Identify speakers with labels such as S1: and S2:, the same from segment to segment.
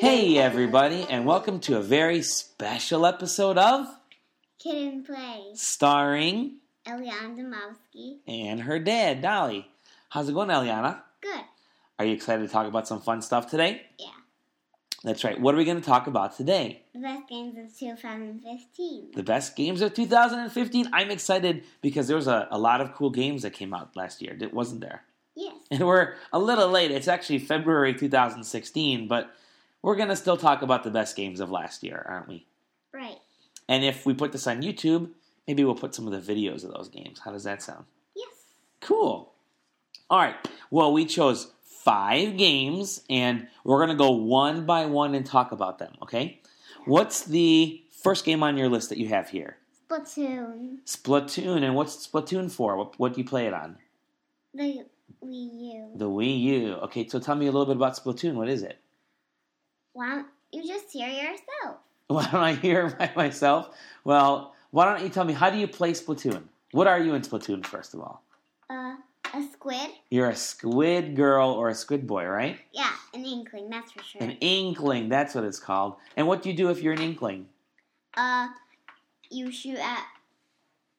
S1: Hey, everybody, and welcome to a very special episode of
S2: Kid and Play.
S1: Starring
S2: Eliana Domowski.
S1: and her dad, Dolly. How's it going, Eliana?
S2: Good.
S1: Are you excited to talk about some fun stuff today?
S2: Yeah.
S1: That's right. What are we going to talk about today?
S2: The best games of 2015.
S1: The best games of 2015. I'm excited because there was a, a lot of cool games that came out last year, that wasn't there?
S2: Yes.
S1: And we're a little late. It's actually February 2016, but we're going to still talk about the best games of last year, aren't we?
S2: Right.
S1: And if we put this on YouTube, maybe we'll put some of the videos of those games. How does that sound?
S2: Yes.
S1: Cool. All right. Well, we chose five games, and we're going to go one by one and talk about them, okay? What's the first game on your list that you have here?
S2: Splatoon.
S1: Splatoon. And what's Splatoon for? What, what do you play it on?
S2: The Wii U.
S1: The Wii U. Okay, so tell me a little bit about Splatoon. What is it?
S2: Why don't you just hear yourself?
S1: Why don't I hear by myself? Well, why don't you tell me how do you play Splatoon? What are you in Splatoon, first of all?
S2: Uh, a squid?
S1: You're a squid girl or a squid boy, right?
S2: Yeah, an inkling, that's for sure.
S1: An inkling, that's what it's called. And what do you do if you're an inkling?
S2: Uh, you shoot at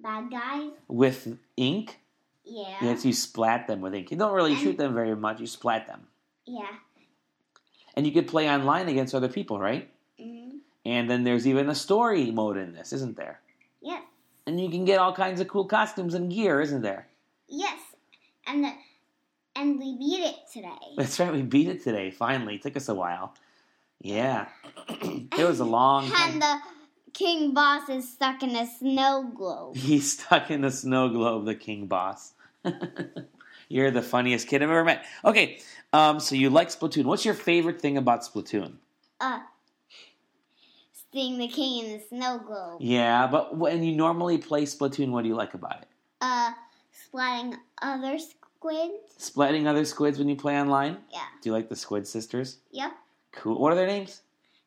S2: bad guys?
S1: With ink?
S2: Yeah.
S1: Yes, you splat them with ink. You don't really shoot them very much, you splat them.
S2: Yeah.
S1: And you could play online against other people, right?
S2: hmm
S1: And then there's even a story mode in this, isn't there?
S2: Yes.
S1: And you can get all kinds of cool costumes and gear, isn't there?
S2: Yes. And the, and we beat it today.
S1: That's right, we beat it today, finally. It took us a while. Yeah. it was a long time.
S2: And the king boss is stuck in a snow globe.
S1: He's stuck in the snow globe, the king boss. You're the funniest kid I've ever met. Okay, um, so you like Splatoon. What's your favorite thing about Splatoon?
S2: Uh, seeing the king in the snow globe.
S1: Yeah, but when you normally play Splatoon, what do you like about it?
S2: Uh, splatting other squids.
S1: Splatting other squids when you play online?
S2: Yeah.
S1: Do you like the Squid Sisters?
S2: Yep.
S1: Cool. What are their names?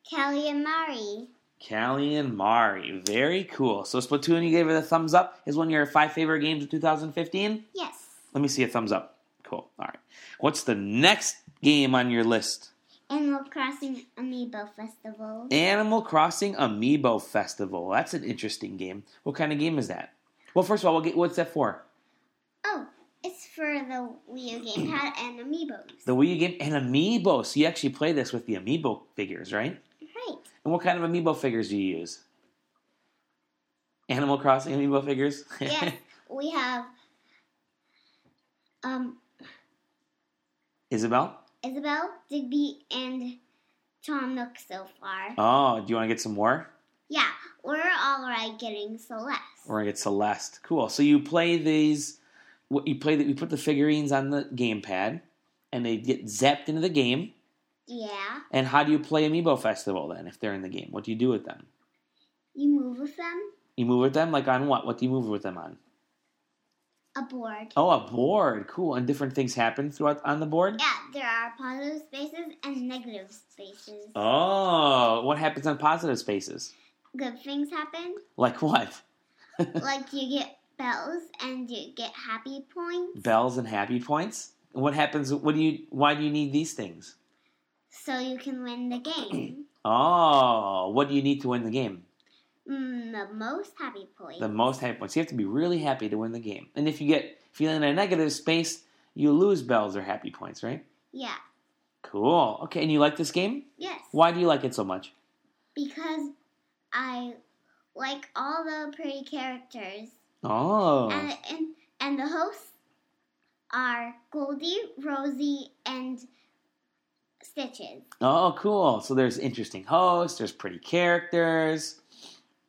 S2: Callie and Mari.
S1: Callie and Mari. Very cool. So Splatoon, you gave it a thumbs up, is one of your five favorite games of 2015?
S2: Yes.
S1: Let me see a thumbs up. Cool. All right. What's the next game on your list?
S2: Animal Crossing Amiibo Festival.
S1: Animal Crossing Amiibo Festival. That's an interesting game. What kind of game is that? Well, first of all, what ga- what's that for?
S2: Oh, it's for the Wii U gamepad and Amiibos.
S1: The Wii U game and Amiibo. So you actually play this with the Amiibo figures, right?
S2: Right.
S1: And what kind of Amiibo figures do you use? Animal Crossing Amiibo figures.
S2: Yes, we have um
S1: Isabel.
S2: Isabel, Digby, and Tom Nook so far.
S1: Oh, do you want to get some more?
S2: Yeah, we're alright getting Celeste.
S1: We're gonna get Celeste. Cool. So you play these. What you play that you put the figurines on the gamepad, and they get zapped into the game.
S2: Yeah,
S1: And how do you play Amiibo Festival then? If they're in the game, what do you do with them?
S2: you move with them.
S1: You move with them like on what? What do you move with them on?
S2: a board.
S1: Oh, a board. Cool. And different things happen throughout on the board.
S2: Yeah, there are positive spaces and negative spaces.
S1: Oh, what happens on positive spaces?
S2: Good things happen,
S1: Like what?
S2: like you get bells and you get happy points,
S1: Bells and happy points. What happens? What do you? Why do you need these things?
S2: so you can win the game.
S1: Oh, what do you need to win the game?
S2: mm, the most happy points.
S1: The most happy points. You have to be really happy to win the game. And if you get if you're in a negative space, you lose bells or happy points, right?
S2: yeah,
S1: Cool. Okay, and you like this game?
S2: yes.
S1: Why do you like it so much?
S2: Because I like all the pretty characters,
S1: Oh,
S2: and, and and the hosts are Goldie, Rosie, and Stitches.
S1: Oh, cool. So there's interesting hosts, there's pretty characters.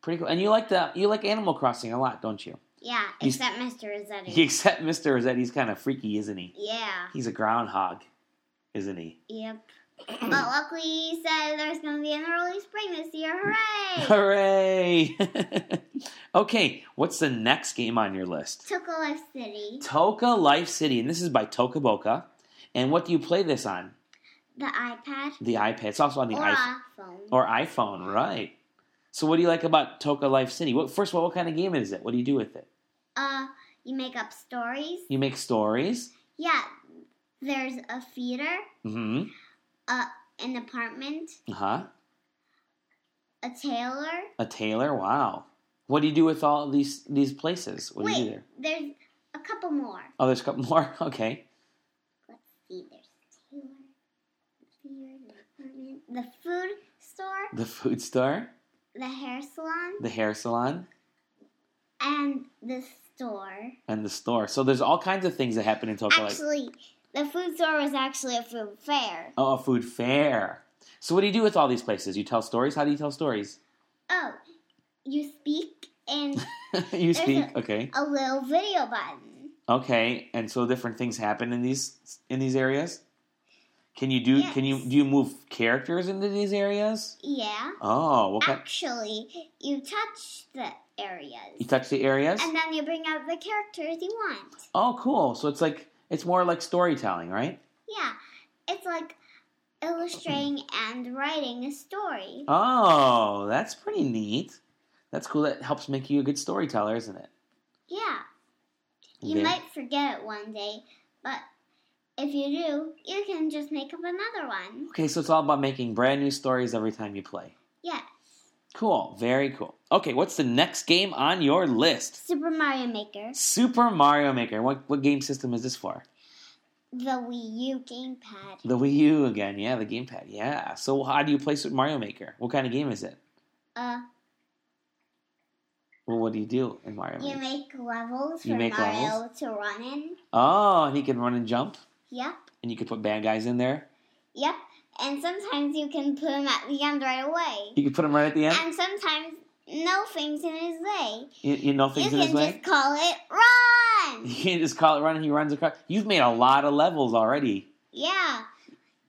S1: Pretty cool. And you like the you like Animal Crossing a lot, don't you?
S2: Yeah,
S1: You-
S2: except Mr. Rossetti.
S1: Except Mr. Rosette, he's kind of freaky, isn't he?
S2: yeah.
S1: He's a groundhog, isn't he?
S2: Yep. but luckily, he said there's going to be an early spring this year. Hooray!
S1: Hooray! okay, what's the next game on your list?
S2: Took a life city.
S1: Toka Life City, and this is by Toka Boca. And what do you play this on?
S2: The iPad
S1: The iPad. It's also on the
S2: or
S1: iPhone
S2: iPhone.
S1: or iPhone, right? So what do you like about Toka Life City? What first of all, what kind of game is it? What do you do with it?
S2: uh, you make up stories.
S1: You make stories.
S2: Yeah. There's a feeder,
S1: hmm
S2: a an apartment,
S1: Uh huh.
S2: a tailor.
S1: A tailor. Wow. What do you do with all these these places? What do you do
S2: Wait,
S1: there?
S2: there's a couple more.
S1: Oh, there's a couple more. Okay.
S2: Let's see, there's a tailor, the tailor, the apartment, the food store,
S1: The food store,
S2: the hair salon,
S1: the hair salon,
S2: and the store.
S1: and the store. So there's all kinds of things that happen in Tokyo. Like,
S2: Actually, the food store was actually a food fair.
S1: oh, a food fair. So what do you do with all these places? You tell stories. How do you tell stories?
S2: Oh, you speak and
S1: you
S2: There's
S1: speak.
S2: a-
S1: okay.
S2: a little video button.
S1: Okay. And so different things happen in these in these areas. Can you do? Can you
S2: Yes.
S1: do you move characters into these areas?
S2: Yeah.
S1: Oh, what kind?
S2: Actually, you touch the areas.
S1: You touch the areas.
S2: And then you bring out the characters you want.
S1: Oh, cool. So it's like it's more like storytelling, right?
S2: Yeah. It's like illustrating and writing a
S1: Uh,
S2: story.
S1: Oh, that's pretty neat. That's cool. That helps make you a good storyteller, isn't it?
S2: Yeah. You
S1: Very-
S2: might forget it one day, but if you do, you can just make up another one.
S1: Okay, so it's all about making brand new stories every time you play.
S2: Yeah.
S1: Cool. Very cool. Okay, what's the next game on your list?
S2: Super Mario Maker,
S1: Super Mario Maker. What what game system is this for?
S2: the Wii U gamepad.
S1: The Wii U again. Yeah, the gamepad. Yeah. So how do you play Super Mario Maker? What kind of game is it?
S2: Uh,
S1: Well, what do you do in Mario
S2: you
S1: Maker?
S2: make levels for
S1: You make
S2: Mario
S1: levels?
S2: to run in.
S1: Oh, and he can run and jump,
S2: Yep.
S1: and you can put bad guys in there.
S2: Yep. And sometimes you can put him at the end right away.
S1: You can put them right at the end.
S2: And sometimes no things in his way.
S1: You, you know
S2: You
S1: things in
S2: can
S1: his way.
S2: just call it run.
S1: You can't just call it running. He runs across. You've made a lot of levels already.
S2: Yeah.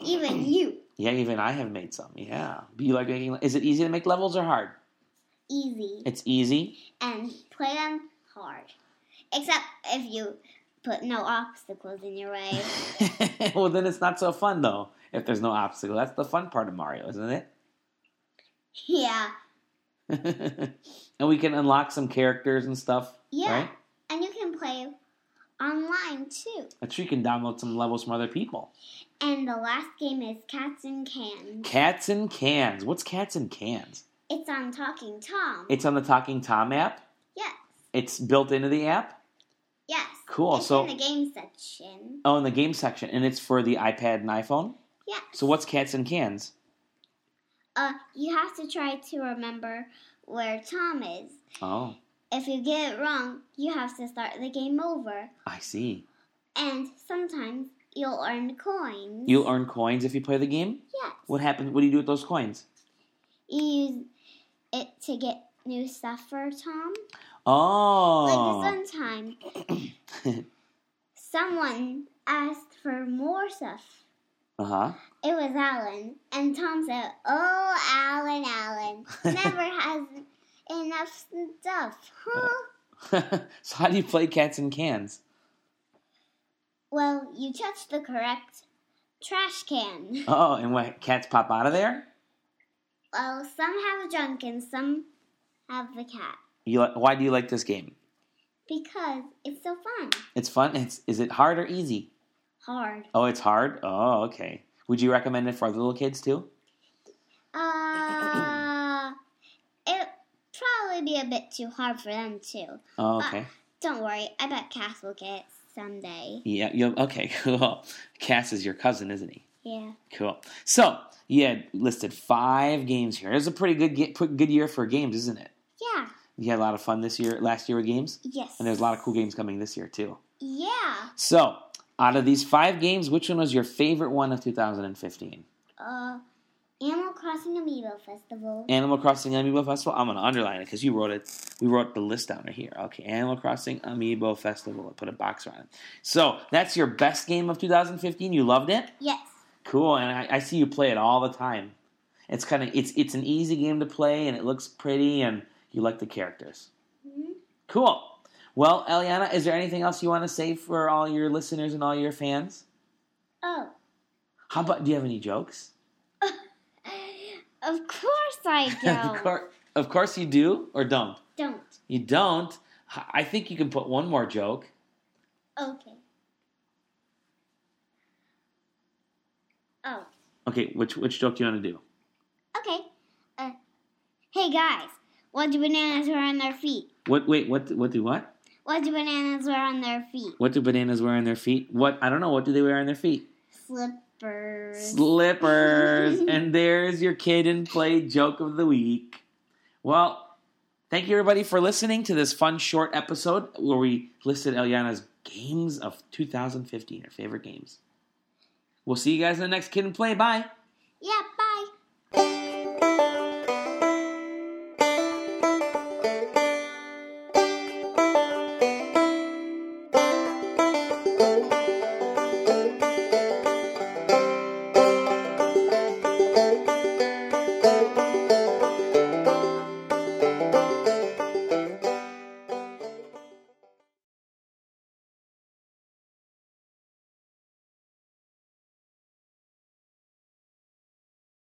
S2: Even you.
S1: Yeah, even I have made some. Yeah. Do you like making? Is it easy to make levels or hard?
S2: Easy.
S1: It's easy.
S2: And play them hard. Except if you put no obstacles in your way.
S1: well, then it's not so fun though. If there's no obstacle, that's the fun part of Mario, isn't
S2: yeah.
S1: it? and we can unlock some characters and stuff.
S2: Yeah.
S1: Right?
S2: And you can play online too.
S1: I'm sure you can download some levels from other people.
S2: And the last game is Cats and Cans.
S1: Cats and cans. What's cats and cans?
S2: It's on Talking Tom.
S1: It's on the Talking Tom app.
S2: yes.
S1: It's built into the app.
S2: Yes.
S1: Cool,
S2: It's
S1: so-
S2: in the game section.
S1: Oh, in the game section, and it's for the iPad and iPhone.
S2: Yes.
S1: So what's cats and cans?
S2: Uh, you have to try to remember where Tom is.
S1: Oh,
S2: If you get it wrong, you have to start the game over.
S1: I see.
S2: And sometimes you'll earn coins.
S1: You'll earn coins if you play the game.
S2: yes.
S1: What happens? What do you do with those coins?
S2: You use it to get new stuff for Tom.
S1: Oh,
S2: Like this one time, someone asked for more stuff.
S1: uh huh.
S2: It was Alan, and Tom said, "Oh, Alan, Alan, never has enough stuff, huh?"
S1: so how do you play cats and cans?
S2: Well, you touched the correct trash can.
S1: Oh, and what? Cats pop out of there.
S2: Well, some have junk and some have the cat
S1: You li- why do you like this game?
S2: because it's so fun.
S1: It's fun. It's is it hard or easy?
S2: Hard.
S1: Oh, it's hard. Oh, okay. Would you recommend it for other little kids too?
S2: Uh, it probably be a bit too hard for them too.
S1: Oh, okay.
S2: Don't worry, I bet Cass will get it someday.
S1: Yeah. You okay? Cool. Cass is your cousin, isn't he?
S2: Yeah.
S1: Cool. So you had listed five games here. It was a pretty good ge- pretty good year for games, isn't it?
S2: Yeah.
S1: You had a lot of fun this year, last year with games,
S2: Yes.
S1: and there's a lot of cool games coming this year too.
S2: Yeah.
S1: So, out of these five games, which one was your favorite one of 2015?
S2: Uh, Animal Crossing Amiibo Festival.
S1: Animal Crossing Amiibo Festival. I'm gonna underline it because you wrote it. We wrote the list down right here. Okay, Animal Crossing Amiibo Festival. I put a box around it. So that's your best game of 2015. You loved it.
S2: Yes.
S1: Cool, and I, I see you play it all the time. It's kind of it's it's an easy game to play, and it looks pretty, and you like the characters.
S2: Mhm.
S1: Cool. Well, Eliana, is there anything else you want to say for all your listeners and all your fans?
S2: Oh.
S1: How about do you have any jokes?
S2: Of course I
S1: of,
S2: don't.
S1: course, of course you do or don't.
S2: don't.
S1: You don't. H- I think you can put one more joke.
S2: Okay. Oh.
S1: Okay, which which joke do you want to do?
S2: Okay. Uh, hey guys, what do bananas wear on their feet?
S1: What? Wait, what? What do what?
S2: What do bananas wear on their feet?
S1: What do bananas wear on their feet? What? I don't know. What do they wear on their feet?
S2: Slippers.
S1: Slippers. and there's your kid and play joke of the week. Well, Thank you, everybody, for listening to this fun short episode where we listed Eliana's games of 2015, her favorite games. We'll see you guys in the next Kid and Play. Bye.
S2: yep.